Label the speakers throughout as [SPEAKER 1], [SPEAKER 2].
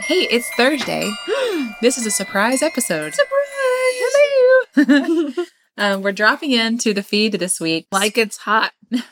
[SPEAKER 1] Hey, it's Thursday. this is a surprise episode.
[SPEAKER 2] Surprise!
[SPEAKER 1] Hello! um, we're dropping into the feed this week.
[SPEAKER 2] Like it's hot.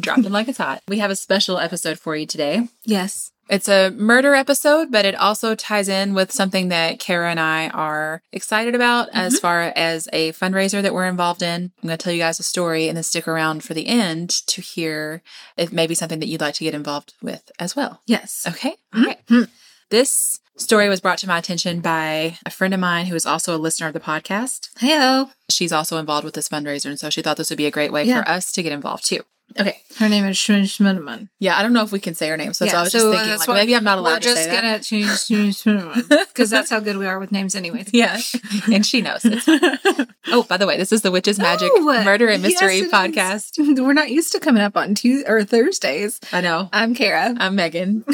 [SPEAKER 1] dropping like it's hot. We have a special episode for you today.
[SPEAKER 2] Yes.
[SPEAKER 1] It's a murder episode, but it also ties in with something that Kara and I are excited about as far as a fundraiser that we're involved in. I'm going to tell you guys a story and then stick around for the end to hear if maybe something that you'd like to get involved with as well.
[SPEAKER 2] Yes.
[SPEAKER 1] Okay. All right.
[SPEAKER 2] Hmm?
[SPEAKER 1] This story was brought to my attention by a friend of mine who is also a listener of the podcast.
[SPEAKER 2] Hello.
[SPEAKER 1] She's also involved with this fundraiser. And so she thought this would be a great way
[SPEAKER 2] Yeah.
[SPEAKER 1] for us to get involved too. Okay.
[SPEAKER 2] Her name is Shun Schmidman.
[SPEAKER 1] Yeah. I don't know if we can say her name. So, that's
[SPEAKER 2] Yeah,
[SPEAKER 1] I was
[SPEAKER 2] so
[SPEAKER 1] just thinking,
[SPEAKER 2] that's
[SPEAKER 1] like,
[SPEAKER 2] what-
[SPEAKER 1] maybe I'm not allowed
[SPEAKER 2] We're
[SPEAKER 1] to
[SPEAKER 2] just
[SPEAKER 1] say that.
[SPEAKER 2] gonna change Shun Schmidman because that's how good we are with names, anyways.
[SPEAKER 1] Yeah. and she knows. It's fine. oh, by the way, this is the Witches Magic
[SPEAKER 2] No!
[SPEAKER 1] Murder and
[SPEAKER 2] Yes,
[SPEAKER 1] Mystery
[SPEAKER 2] it is.
[SPEAKER 1] podcast.
[SPEAKER 2] We're not used to coming up on Tuesdays or Thursdays.
[SPEAKER 1] I know.
[SPEAKER 2] I'm Kara.
[SPEAKER 1] I'm Megan.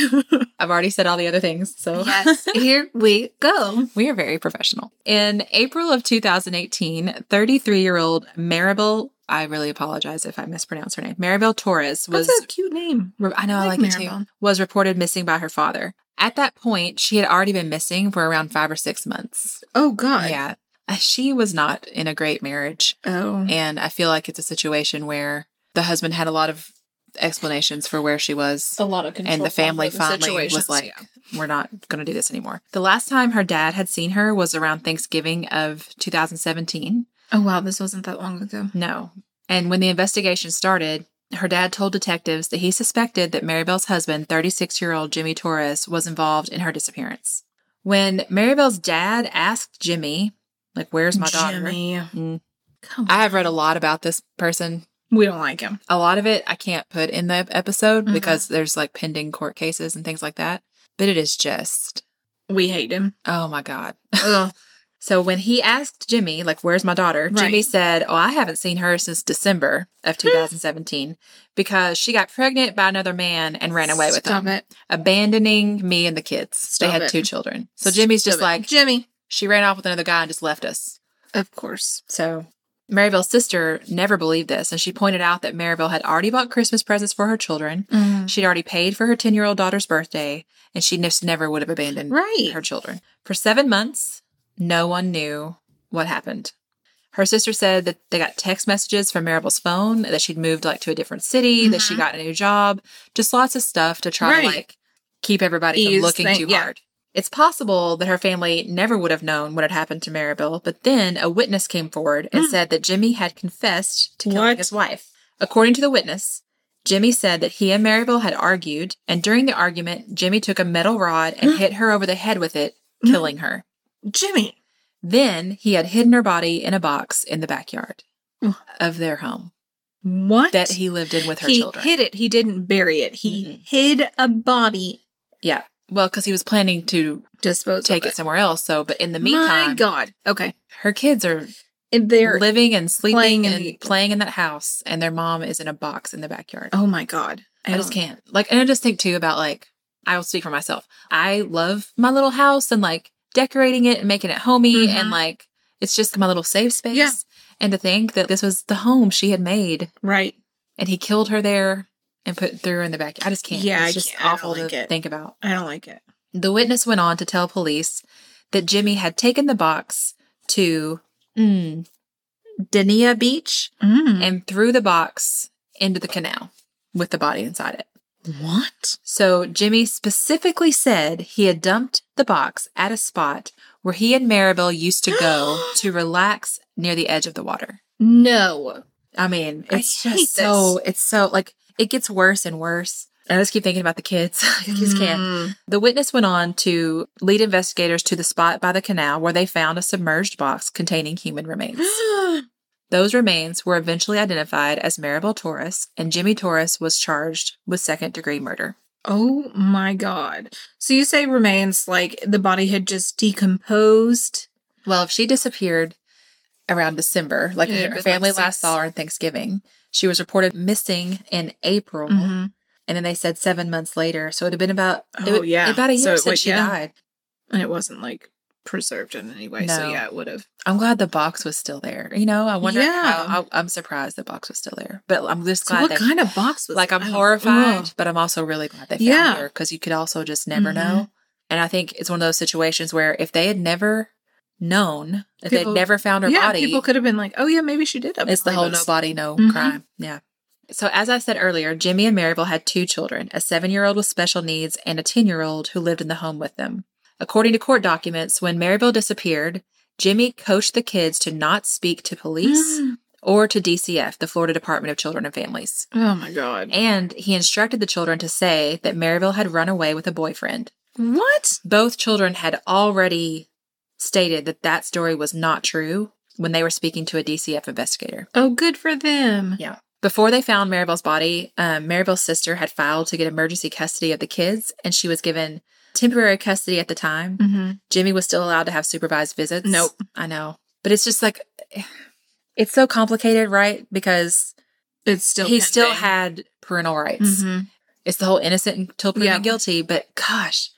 [SPEAKER 1] I've already said all the other things. So
[SPEAKER 2] yes. Here we go.
[SPEAKER 1] we are very professional. In April of 2018, 33 year old Maribel, I really apologize if I mispronounce her name, Maribel Torres was.
[SPEAKER 2] What's a cute name.
[SPEAKER 1] re- I know I
[SPEAKER 2] I
[SPEAKER 1] like
[SPEAKER 2] like
[SPEAKER 1] it too.
[SPEAKER 2] Maribel.
[SPEAKER 1] Was reported missing by her father. At that point, she had already been missing for around five or six months.
[SPEAKER 2] Oh God.
[SPEAKER 1] Yeah. Uh, She was not in a great marriage.
[SPEAKER 2] Oh.
[SPEAKER 1] And I feel like it's a situation where the husband had a lot of explanations for where she was.
[SPEAKER 2] a lot of control.
[SPEAKER 1] And the family
[SPEAKER 2] over the
[SPEAKER 1] finally was
[SPEAKER 2] situations.
[SPEAKER 1] like, we're not going to do this anymore. The last time her dad had seen her was around Thanksgiving of 2017.
[SPEAKER 2] Oh wow, this wasn't that long ago.
[SPEAKER 1] No. And when the investigation started, her dad told detectives that he suspected that Maribel's husband, 36 year old Jimmy Torres, was involved in her disappearance. When Maribel's dad asked Jimmy, like, where's my daughter?
[SPEAKER 2] Jimmy.
[SPEAKER 1] Mm.
[SPEAKER 2] Come
[SPEAKER 1] I have read a lot about this person
[SPEAKER 2] We don't like him.
[SPEAKER 1] a lot of it I can't put in the episode
[SPEAKER 2] Mhm.
[SPEAKER 1] because there's like pending court cases and things like that. But it is just,
[SPEAKER 2] We hate him.
[SPEAKER 1] oh my God.
[SPEAKER 2] Ugh.
[SPEAKER 1] So when he asked Jimmy, like, where's my daughter?
[SPEAKER 2] Right. Hmm.
[SPEAKER 1] Jimmy said, Oh, I haven't seen her since December of 2017 because she got pregnant by another man and ran away with
[SPEAKER 2] Stop
[SPEAKER 1] him,
[SPEAKER 2] it.
[SPEAKER 1] abandoning me and the kids. they
[SPEAKER 2] Stop
[SPEAKER 1] had
[SPEAKER 2] it.
[SPEAKER 1] two children. So Jimmy's just
[SPEAKER 2] Stop it.
[SPEAKER 1] like,
[SPEAKER 2] Jimmy.
[SPEAKER 1] She ran off with another guy and just left us.
[SPEAKER 2] Of course.
[SPEAKER 1] So Maryville's sister never believed this. And she pointed out that Maryville had already bought Christmas presents for her children. She'd already paid for her 10 year old daughter's birthday, and she just never would have abandoned
[SPEAKER 2] Right.
[SPEAKER 1] her children. For seven months, no one knew what happened. Her sister said that they got text messages from Maribel's phone, that she'd moved like to a different city, that she
[SPEAKER 2] Mhm.
[SPEAKER 1] got a new job, just lots of stuff to try to
[SPEAKER 2] Right.
[SPEAKER 1] like keep everybody from
[SPEAKER 2] Ease
[SPEAKER 1] looking
[SPEAKER 2] thing-
[SPEAKER 1] too
[SPEAKER 2] yeah.
[SPEAKER 1] hard. It's possible that her family never would have known what had happened to Maribel, but then a witness came forward and
[SPEAKER 2] Mm.
[SPEAKER 1] said that Jimmy had confessed to killing
[SPEAKER 2] What?
[SPEAKER 1] his wife. According to the witness, Jimmy said that he and Maribel had argued, and during the argument, Jimmy took a metal rod and hit her over the head with it, killing her.
[SPEAKER 2] Jimmy.
[SPEAKER 1] Then he had hidden her body in a box in the backyard
[SPEAKER 2] Ugh.
[SPEAKER 1] of their home
[SPEAKER 2] What?
[SPEAKER 1] that he lived in with her
[SPEAKER 2] he
[SPEAKER 1] children. Mm-hmm.
[SPEAKER 2] hid it. He didn't bury it. He hid a body.
[SPEAKER 1] yeah. Well, because he was planning to
[SPEAKER 2] Dispose.
[SPEAKER 1] take it
[SPEAKER 2] of
[SPEAKER 1] somewhere else. So, but in the
[SPEAKER 2] it. My
[SPEAKER 1] meantime,
[SPEAKER 2] God. Okay.
[SPEAKER 1] her kids are
[SPEAKER 2] And there.
[SPEAKER 1] living and sleeping
[SPEAKER 2] playing in
[SPEAKER 1] and
[SPEAKER 2] the-
[SPEAKER 1] playing in that house, and their mom is in a box in the backyard.
[SPEAKER 2] oh my God.
[SPEAKER 1] I, just
[SPEAKER 2] don't-
[SPEAKER 1] can't. Like, and I just think too about like, I will speak for myself. I love my little house and like decorating it and making it homey and
[SPEAKER 2] Mhm.
[SPEAKER 1] like it's just my little safe space.
[SPEAKER 2] Yeah.
[SPEAKER 1] And to think that this was the home she had made
[SPEAKER 2] Right.
[SPEAKER 1] and he killed her there and put threw her in the back. I just can't.
[SPEAKER 2] Yeah,
[SPEAKER 1] it's
[SPEAKER 2] I
[SPEAKER 1] just
[SPEAKER 2] can't- I don't
[SPEAKER 1] awful
[SPEAKER 2] like
[SPEAKER 1] to
[SPEAKER 2] it.
[SPEAKER 1] think about.
[SPEAKER 2] I don't like it.
[SPEAKER 1] The witness went on to tell police that Jimmy had taken the box to mm, Dania Beach
[SPEAKER 2] Mm.
[SPEAKER 1] and threw the box into the canal with the body inside it.
[SPEAKER 2] What?
[SPEAKER 1] So Jimmy specifically said he had dumped the box at a spot where he and Maribel used to go to relax near the edge of the water.
[SPEAKER 2] No.
[SPEAKER 1] I mean,
[SPEAKER 2] I
[SPEAKER 1] it's
[SPEAKER 2] hate
[SPEAKER 1] just so it's so like it gets worse and worse. And I just keep thinking about the kids. I just can't.
[SPEAKER 2] Mm.
[SPEAKER 1] The witness went on to lead investigators to the spot by the canal where they found a submerged box containing human remains. Those remains were eventually identified as Maribel Torres, and Jimmy Torres was charged with second degree murder.
[SPEAKER 2] oh my God. So you say remains like the body had just decomposed?
[SPEAKER 1] Well, if she disappeared around December, like
[SPEAKER 2] It had
[SPEAKER 1] her
[SPEAKER 2] been,
[SPEAKER 1] family
[SPEAKER 2] like,
[SPEAKER 1] last
[SPEAKER 2] six-
[SPEAKER 1] saw her on Thanksgiving, she was reported missing in April,
[SPEAKER 2] Mm-hmm.
[SPEAKER 1] and then they said seven months later. So it'd have been about it
[SPEAKER 2] Oh,
[SPEAKER 1] would-
[SPEAKER 2] yeah.
[SPEAKER 1] about a
[SPEAKER 2] So
[SPEAKER 1] year
[SPEAKER 2] it
[SPEAKER 1] since
[SPEAKER 2] would-
[SPEAKER 1] she
[SPEAKER 2] yeah.
[SPEAKER 1] died.
[SPEAKER 2] And it wasn't like preserved in any way. So
[SPEAKER 1] No.
[SPEAKER 2] yeah, it would have.
[SPEAKER 1] I'm glad the box was still there. You know, I wonder.
[SPEAKER 2] Yeah.
[SPEAKER 1] How, I, I'm surprised the box was still there, but I'm just
[SPEAKER 2] So
[SPEAKER 1] glad
[SPEAKER 2] what
[SPEAKER 1] they.
[SPEAKER 2] kind of box was
[SPEAKER 1] like
[SPEAKER 2] it?
[SPEAKER 1] I'm
[SPEAKER 2] I don't-
[SPEAKER 1] horrified,
[SPEAKER 2] Ugh.
[SPEAKER 1] but I'm also really glad they found
[SPEAKER 2] Yeah. Mm-hmm.
[SPEAKER 1] her because you could also just never know. And I think it's one of those situations where if they had never known, if they'd
[SPEAKER 2] People-
[SPEAKER 1] never found her
[SPEAKER 2] yeah,
[SPEAKER 1] body,
[SPEAKER 2] people could have been like, "Oh yeah, maybe she did."
[SPEAKER 1] it's the
[SPEAKER 2] upgrade
[SPEAKER 1] whole
[SPEAKER 2] us.
[SPEAKER 1] no body, no
[SPEAKER 2] Mhm.
[SPEAKER 1] crime. Yeah. So, as I said earlier, Jimmy and Maryville had two children a seven year old with special needs and a 10 year old who lived in the home with them. According to court documents, when Maryville disappeared, Jimmy coached the kids to not speak to police or to DCF, the Florida Department of Children and Families.
[SPEAKER 2] Oh my god!
[SPEAKER 1] And he instructed the children to say that Maryville had run away with a boyfriend.
[SPEAKER 2] What?
[SPEAKER 1] Both children had already stated that that story was not true when they were speaking to a DCF investigator.
[SPEAKER 2] Oh, good for them.
[SPEAKER 1] Before they found Maryville's body, um, Maryville's sister had filed to get emergency custody of the kids, and she was given temporary custody at the time.
[SPEAKER 2] Mm-hmm.
[SPEAKER 1] Jimmy was still allowed to have supervised visits.
[SPEAKER 2] Nope.
[SPEAKER 1] I know. But it's just like, it's so complicated, right? Because
[SPEAKER 2] It's still
[SPEAKER 1] he still
[SPEAKER 2] pending.
[SPEAKER 1] had parental rights.
[SPEAKER 2] Mhm.
[SPEAKER 1] It's the whole innocent until proven
[SPEAKER 2] Yeah.
[SPEAKER 1] guilty. But gosh,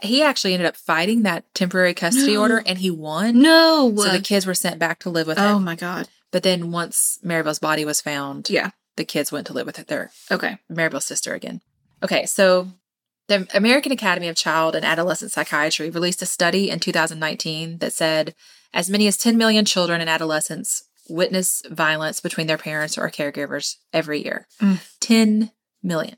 [SPEAKER 1] he actually ended up fighting that temporary custody order and he won.
[SPEAKER 2] no.
[SPEAKER 1] So the kids were sent back to live with
[SPEAKER 2] oh
[SPEAKER 1] him.
[SPEAKER 2] my god.
[SPEAKER 1] But then once Maryville's body was found,
[SPEAKER 2] Yeah.
[SPEAKER 1] the kids went to live with their
[SPEAKER 2] Okay.
[SPEAKER 1] Maryville's sister again. Okay, so the American Academy of Child and Adolescent Psychiatry released a study in 2019 that said as many as 10 million children and adolescents witness violence between their parents or caregivers every year.
[SPEAKER 2] Mm.
[SPEAKER 1] 10 million.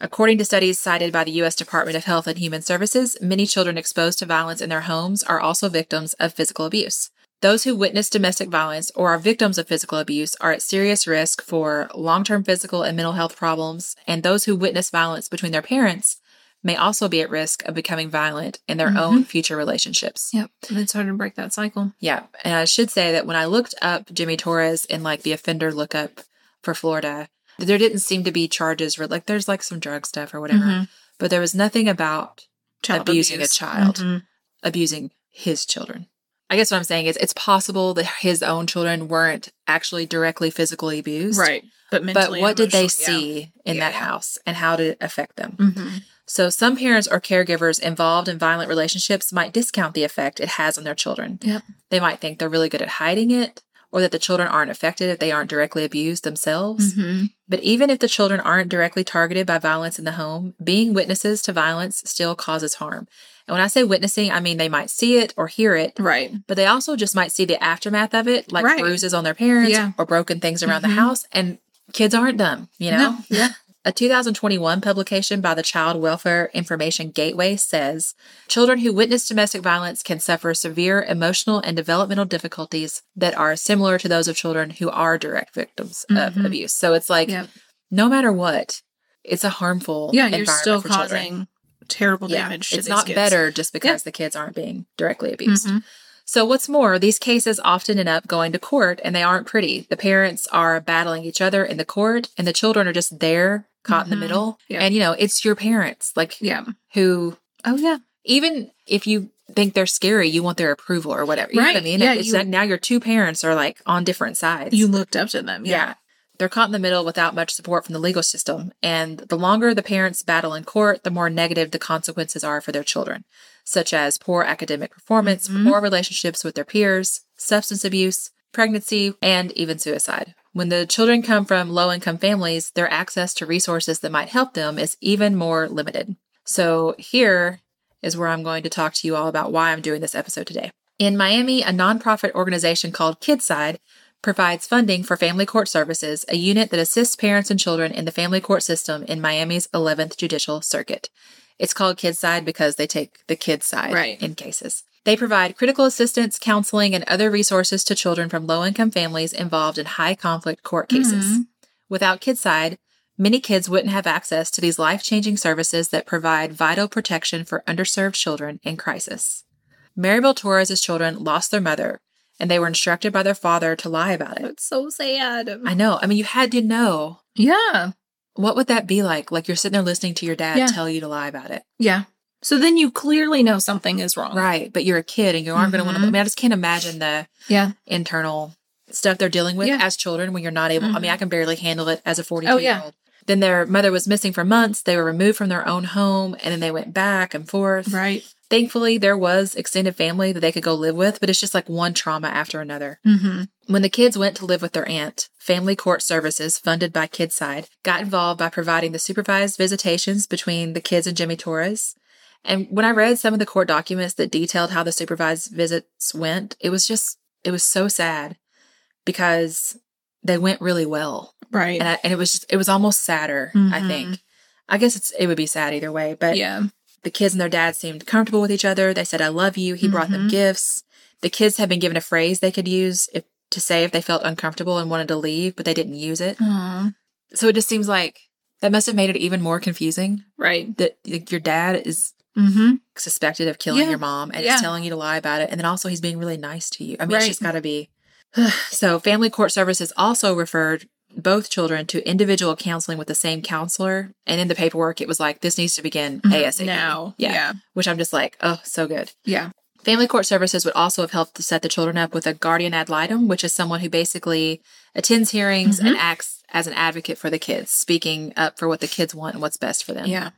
[SPEAKER 1] According to studies cited by the U.S. Department of Health and Human Services, many children exposed to violence in their homes are also victims of physical abuse. Those who witness domestic violence or are victims of physical abuse are at serious risk for long term physical and mental health problems, and those who witness violence between their parents may also be at risk of becoming violent in their
[SPEAKER 2] Mhm.
[SPEAKER 1] own future relationships.
[SPEAKER 2] Yep. It's hard to break that cycle.
[SPEAKER 1] Yeah. And I should say that when I looked up Jimmy Torres in like the offender lookup for Florida, there didn't seem to be charges for like there's like some drug stuff or whatever,
[SPEAKER 2] Mhm.
[SPEAKER 1] but there was nothing about
[SPEAKER 2] Child
[SPEAKER 1] Abusing a
[SPEAKER 2] abuse.
[SPEAKER 1] child.
[SPEAKER 2] Mhm.
[SPEAKER 1] abusing his children. I guess what I'm saying is it's possible that his own children weren't actually directly physically abused.
[SPEAKER 2] Right.
[SPEAKER 1] But
[SPEAKER 2] But mentally
[SPEAKER 1] what did they
[SPEAKER 2] emotionally, yeah.
[SPEAKER 1] see in
[SPEAKER 2] Yeah,
[SPEAKER 1] that
[SPEAKER 2] yeah.
[SPEAKER 1] house and how did it affect them?
[SPEAKER 2] Mhm.
[SPEAKER 1] So, some parents or caregivers involved in violent relationships might discount the effect it has on their children.
[SPEAKER 2] Yep.
[SPEAKER 1] They might think they're really good at hiding it or that the children aren't affected if they aren't directly abused themselves.
[SPEAKER 2] Mhm.
[SPEAKER 1] But even if the children aren't directly targeted by violence in the home, being witnesses to violence still causes harm. And when I say witnessing, I mean they might see it or hear it,
[SPEAKER 2] Right.
[SPEAKER 1] but they also just might see the aftermath of it, like
[SPEAKER 2] Right.
[SPEAKER 1] bruises on their parents
[SPEAKER 2] Yeah.
[SPEAKER 1] or broken things around
[SPEAKER 2] Mhm.
[SPEAKER 1] the house. And kids aren't dumb, you know?
[SPEAKER 2] No. Yeah.
[SPEAKER 1] A 2021 publication by the Child Welfare Information Gateway says children who witness domestic violence can suffer severe emotional and developmental difficulties that are similar to those of children who are direct victims of
[SPEAKER 2] Mhm.
[SPEAKER 1] abuse. So it's like,
[SPEAKER 2] Yep.
[SPEAKER 1] no matter what, it's a harmful
[SPEAKER 2] Yeah. You're
[SPEAKER 1] environment
[SPEAKER 2] still
[SPEAKER 1] for
[SPEAKER 2] causing
[SPEAKER 1] children.
[SPEAKER 2] terrible
[SPEAKER 1] Yeah,
[SPEAKER 2] damage. to
[SPEAKER 1] it's
[SPEAKER 2] these
[SPEAKER 1] not
[SPEAKER 2] kids.
[SPEAKER 1] better just because the kids aren't being directly abused.
[SPEAKER 2] Mhm.
[SPEAKER 1] So, what's more, these cases often end up going to court and they aren't pretty. The parents are battling each other in the court, and the children are just there, caught in
[SPEAKER 2] Mhm.
[SPEAKER 1] the middle.
[SPEAKER 2] Yeah.
[SPEAKER 1] And, you know, it's your parents, like,
[SPEAKER 2] Yeah.
[SPEAKER 1] who,
[SPEAKER 2] Oh yeah.
[SPEAKER 1] even if you think they're scary, you want their approval or whatever. You know what I
[SPEAKER 2] Right.
[SPEAKER 1] mean?
[SPEAKER 2] Yeah,
[SPEAKER 1] it's
[SPEAKER 2] you-
[SPEAKER 1] that now your two parents are like on different sides.
[SPEAKER 2] You looked up to them. Yeah.
[SPEAKER 1] Yeah. They're caught in the middle without much support from the legal system. And the longer the parents battle in court, the more negative the consequences are for their children, such as poor academic performance,
[SPEAKER 2] Mhm.
[SPEAKER 1] poor relationships with their peers, substance abuse, pregnancy, and even suicide. When the children come from low income families, their access to resources that might help them is even more limited. So, here is where I'm going to talk to you all about why I'm doing this episode today. In Miami, a nonprofit organization called Kidside provides funding for Family Court Services, a unit that assists parents and children in the family court system in Miami's 11th Judicial Circuit. It's called Kidside because they take the kids' side
[SPEAKER 2] Right.
[SPEAKER 1] in cases. They provide critical assistance, counseling, and other resources to children from low income families involved in high conflict court cases.
[SPEAKER 2] Mhm.
[SPEAKER 1] Without Kidside, many kids wouldn't have access to these life changing services that provide vital protection for underserved children in crisis. Maribel Torres' children lost their mother, and they were instructed by their father to lie about it.
[SPEAKER 2] That's so sad.
[SPEAKER 1] I know. I mean, you had to know.
[SPEAKER 2] yeah.
[SPEAKER 1] What would that be like? Like you're sitting there listening to your dad
[SPEAKER 2] Yeah.
[SPEAKER 1] tell you to lie about it.
[SPEAKER 2] Yeah. So then you clearly know something is wrong.
[SPEAKER 1] Right. But you're a kid and you aren't going to want to. I
[SPEAKER 2] Mhm.
[SPEAKER 1] mean, I just can't imagine the
[SPEAKER 2] Yeah.
[SPEAKER 1] internal stuff they're dealing with
[SPEAKER 2] Yeah. Mm-hmm.
[SPEAKER 1] as children when you're not able. I mean, I can barely handle it as a 42
[SPEAKER 2] Oh,
[SPEAKER 1] year
[SPEAKER 2] yeah.
[SPEAKER 1] old. Then their mother was missing for months. They were removed from their own home and then they went back and forth.
[SPEAKER 2] Right.
[SPEAKER 1] Thankfully, there was extended family that they could go live with, but it's just like one trauma after another.
[SPEAKER 2] Mm-hmm.
[SPEAKER 1] When the kids went to live with their aunt, Family Court Services, funded by Kidside, got involved by providing the supervised visitations between the kids and Jimmy Torres, And when I read some of the court documents that detailed how the supervised visits went, it was just, it was so sad because they went really well.
[SPEAKER 2] Right.
[SPEAKER 1] And, I, and it was just, it was almost sadder, I
[SPEAKER 2] Mhm.
[SPEAKER 1] think. I guess it's, it would be sad either way, but
[SPEAKER 2] yeah.
[SPEAKER 1] the kids and their dad seemed comfortable with each other. They said, I love you. He brought them
[SPEAKER 2] Mhm.
[SPEAKER 1] gifts. The kids had been given a phrase they could use if, to say if they felt uncomfortable and wanted to leave, but they didn't use it.
[SPEAKER 2] Mm-hmm. Aw,
[SPEAKER 1] So it just seems like that must have made it even more confusing
[SPEAKER 2] Right.
[SPEAKER 1] that like, your dad is
[SPEAKER 2] Mm-hmm.
[SPEAKER 1] suspected of killing
[SPEAKER 2] Yeah.
[SPEAKER 1] your mom and
[SPEAKER 2] Yeah.
[SPEAKER 1] is telling you to lie about it. And then also he's being really nice to you. I mean,
[SPEAKER 2] Right.
[SPEAKER 1] it's just got to be. so family court services also referred both children to individual counseling with the same counselor. And in the paperwork, it was like, this needs to begin
[SPEAKER 2] Mm-hmm.
[SPEAKER 1] ASAP.
[SPEAKER 2] Now.
[SPEAKER 1] Yeah.
[SPEAKER 2] Yeah.
[SPEAKER 1] Which I'm just like, oh, so good.
[SPEAKER 2] Yeah.
[SPEAKER 1] Family court services would also have helped to set the children up with a guardian ad litem, which is someone who basically attends hearings and acts as an advocate for the kids, speaking up for what the kids want and what's best for them.
[SPEAKER 2] Yeah.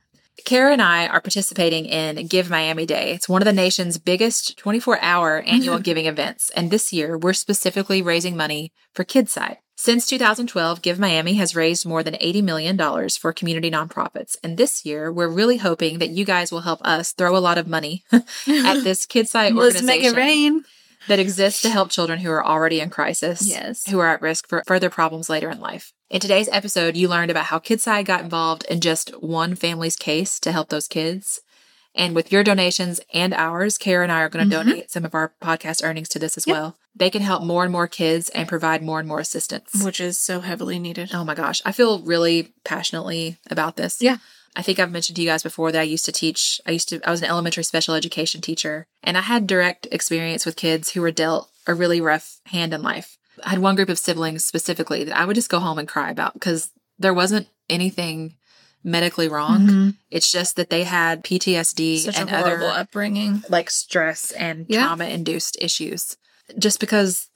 [SPEAKER 1] Kara and I are participating in Give Miami Day. It's one of the nation's biggest 24 hour annual giving events. And this year, we're specifically raising money for Kidside. Since 2012, Give Miami has raised more than $80 million for community nonprofits. And this year, we're really hoping that you guys will help us throw a lot of money at this Kidside
[SPEAKER 2] Let's
[SPEAKER 1] organization
[SPEAKER 2] make it rain.
[SPEAKER 1] that exists to help children who are already in crisis,
[SPEAKER 2] Yes.
[SPEAKER 1] who are at risk for further problems later in life. In today's episode, you learned about how Kidside got involved in just one family's case to help those kids. And with your donations and ours, Kara and I are going to
[SPEAKER 2] Mhm.
[SPEAKER 1] donate some of our podcast earnings to this as
[SPEAKER 2] Yep.
[SPEAKER 1] well. They can help more and more kids and provide more and more assistance.
[SPEAKER 2] Which is so heavily needed.
[SPEAKER 1] Oh my gosh, I feel really passionately about this.
[SPEAKER 2] Yeah.
[SPEAKER 1] I think I've mentioned to you guys before that I used to teach, I used to, I was an elementary special education teacher, and I had direct experience with kids who were dealt a really rough hand in life. I had one group of siblings specifically that I would just go home and cry about because there wasn't anything medically wrong.
[SPEAKER 2] Mhm.
[SPEAKER 1] It's just that they had PTSD
[SPEAKER 2] Such
[SPEAKER 1] and
[SPEAKER 2] a horrible
[SPEAKER 1] other
[SPEAKER 2] upbringing.
[SPEAKER 1] like stress and
[SPEAKER 2] Yeah.
[SPEAKER 1] trauma induced issues just because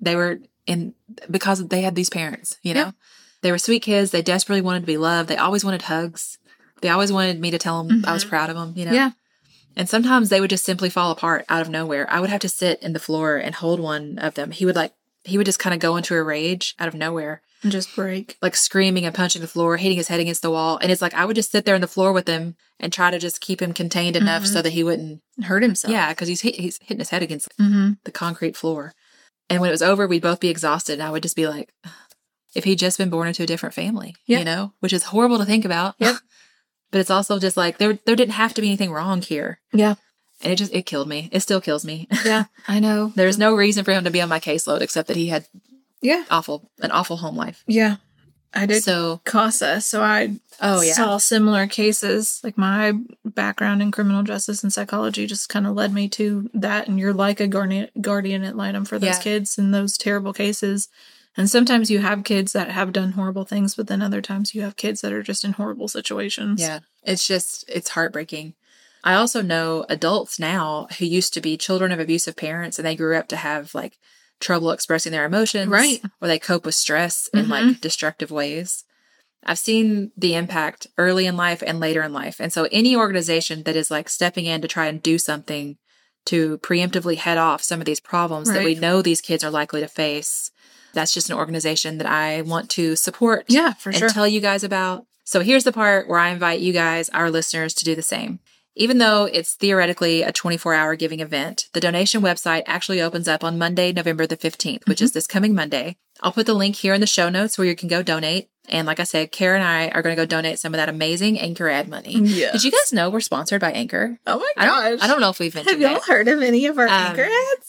[SPEAKER 1] they were in because they had these parents you know
[SPEAKER 2] Yeah.
[SPEAKER 1] they were sweet kids they desperately wanted to be loved they always wanted hugs they always wanted me to tell them i was
[SPEAKER 2] Mhm.
[SPEAKER 1] proud of them you know
[SPEAKER 2] Yeah.
[SPEAKER 1] and sometimes they would just simply fall apart out of nowhere i would have to sit in the floor and hold one of them he would like he would just kind of go into a rage out of nowhere
[SPEAKER 2] And just break.
[SPEAKER 1] like screaming and punching the floor, hitting his head against the wall. And it's like I would just sit there on the floor with him and try to just keep him contained enough
[SPEAKER 2] Mhm.
[SPEAKER 1] so that he wouldn't.
[SPEAKER 2] Hurt himself.
[SPEAKER 1] Yeah, because he's hit, he's hitting his head against
[SPEAKER 2] Mm-hmm.
[SPEAKER 1] the concrete floor. And when it was over, we'd both be exhausted, and I would just be like, if he'd just been born into a different family,
[SPEAKER 2] Yeah.
[SPEAKER 1] you know, which is horrible to think about.
[SPEAKER 2] Yep.
[SPEAKER 1] but it's also just like there there didn't have to be anything wrong here,
[SPEAKER 2] Yeah.
[SPEAKER 1] and it just it killed me. It still kills me.
[SPEAKER 2] Yeah. I know.
[SPEAKER 1] there was no reason for him to be on my caseload except that he had
[SPEAKER 2] Yeah.
[SPEAKER 1] awful an awful home life.
[SPEAKER 2] Yeah. I did
[SPEAKER 1] So
[SPEAKER 2] CASA, so I
[SPEAKER 1] oh yeah,
[SPEAKER 2] saw similar cases. Like my background in criminal justice and psychology just kind of led me to that. And you're like a guardian, guardian at litem for those
[SPEAKER 1] Yeah.
[SPEAKER 2] kids in those terrible cases. And sometimes you have kids that have done horrible things, but then other times you have kids that are just in horrible situations.
[SPEAKER 1] Yeah. It's just, it's heartbreaking. I also know adults now who used to be children of abusive parents and they grew up to have like trouble expressing their emotions.
[SPEAKER 2] Right.
[SPEAKER 1] Or they cope with stress in like
[SPEAKER 2] Mhm.
[SPEAKER 1] destructive ways. I've seen the impact early in life and later in life. And so any organization that is like stepping in to try and do something to preemptively head off some of these problems that we
[SPEAKER 2] Right.
[SPEAKER 1] know these kids are likely to face, that's just an organization that I want to support
[SPEAKER 2] Yeah, for
[SPEAKER 1] and
[SPEAKER 2] sure.
[SPEAKER 1] tell you guys about. So here's the part where I invite you guys, our listeners, to do the same. Even though it's theoretically a 24 hour giving event, the donation website actually opens up on Monday, November the 15th, which is
[SPEAKER 2] Mm-hmm.
[SPEAKER 1] this coming Monday. I'll put the link here in the show notes where you can go donate. And like I said, Kara and I are going to go donate some of that amazing Anchor ad money.
[SPEAKER 2] yeah.
[SPEAKER 1] Did you guys know we're sponsored by Anchor?
[SPEAKER 2] oh my
[SPEAKER 1] I don't, I don't know if we've
[SPEAKER 2] Have
[SPEAKER 1] mentioned
[SPEAKER 2] y'all
[SPEAKER 1] that.
[SPEAKER 2] heard of any of our
[SPEAKER 1] Um,
[SPEAKER 2] anchor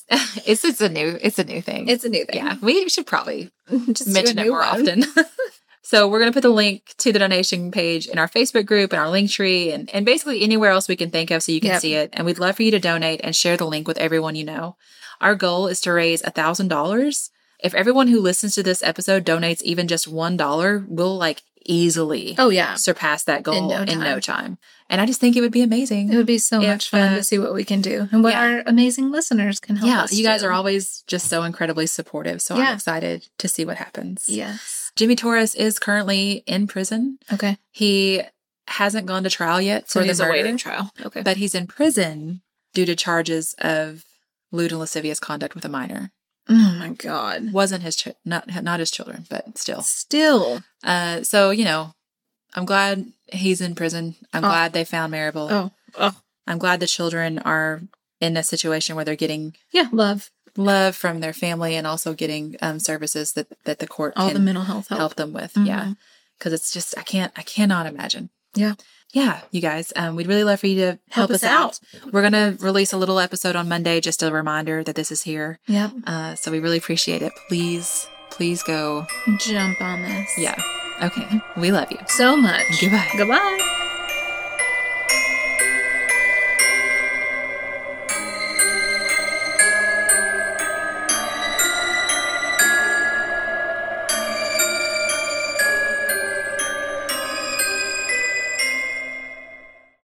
[SPEAKER 2] ads?
[SPEAKER 1] it's, it's a new, it's a new thing.
[SPEAKER 2] a new thing.
[SPEAKER 1] yeah, we should probably
[SPEAKER 2] just do a
[SPEAKER 1] mention it
[SPEAKER 2] new
[SPEAKER 1] more
[SPEAKER 2] one.
[SPEAKER 1] often. so we're going to put the link to the donation page in our Facebook group and our link tree and, and basically anywhere else we can think of so you can
[SPEAKER 2] Yep.
[SPEAKER 1] see it. And we'd love for you to donate and share the link with everyone you know. Our goal is to raise a thousand dollars. If everyone who listens to this episode donates even just one dollar, we'll like easily
[SPEAKER 2] Oh, yeah.
[SPEAKER 1] surpass that goal in
[SPEAKER 2] no
[SPEAKER 1] no,
[SPEAKER 2] time.
[SPEAKER 1] time. And I just think it would be amazing.
[SPEAKER 2] It would be so
[SPEAKER 1] If,
[SPEAKER 2] much fun
[SPEAKER 1] uh,
[SPEAKER 2] to see what we can do and what
[SPEAKER 1] yeah.
[SPEAKER 2] our amazing listeners can help
[SPEAKER 1] yeah,
[SPEAKER 2] us
[SPEAKER 1] you guys
[SPEAKER 2] do.
[SPEAKER 1] are always just so incredibly supportive. So
[SPEAKER 2] Yeah.
[SPEAKER 1] I'm excited to see what happens.
[SPEAKER 2] Yes.
[SPEAKER 1] Jimmy Torres is currently in prison.
[SPEAKER 2] Okay.
[SPEAKER 1] He hasn't gone to trial yet for the murder,
[SPEAKER 2] trial. Okay.
[SPEAKER 1] but he's in prison due to charges of lewd and lascivious conduct with a minor.
[SPEAKER 2] oh my god.
[SPEAKER 1] Wasn't his ch- not not his children, but still.
[SPEAKER 2] Still.
[SPEAKER 1] Uh, so you know, I'm glad he's in prison. I'm
[SPEAKER 2] Oh.
[SPEAKER 1] glad they found Marable.
[SPEAKER 2] Oh, oh,
[SPEAKER 1] I'm glad the children are in a situation where they're getting
[SPEAKER 2] yeah, love
[SPEAKER 1] love from their family and also getting um, services that, that the court
[SPEAKER 2] all
[SPEAKER 1] can
[SPEAKER 2] the mental health
[SPEAKER 1] help.
[SPEAKER 2] help.
[SPEAKER 1] them with.
[SPEAKER 2] Mhm.
[SPEAKER 1] Yeah. Cause it's just, I can't, I cannot imagine.
[SPEAKER 2] Yeah.
[SPEAKER 1] Yeah. You guys, um, we'd really love for you to help, us,
[SPEAKER 2] us
[SPEAKER 1] out. We're going to release a little episode on Monday, just a reminder that this is here.
[SPEAKER 2] Yep,
[SPEAKER 1] Uh, so we really appreciate it. Please, please go.
[SPEAKER 2] jump on this.
[SPEAKER 1] Yeah. Okay. We love you.
[SPEAKER 2] so much.
[SPEAKER 1] Goodbye.
[SPEAKER 2] Goodbye.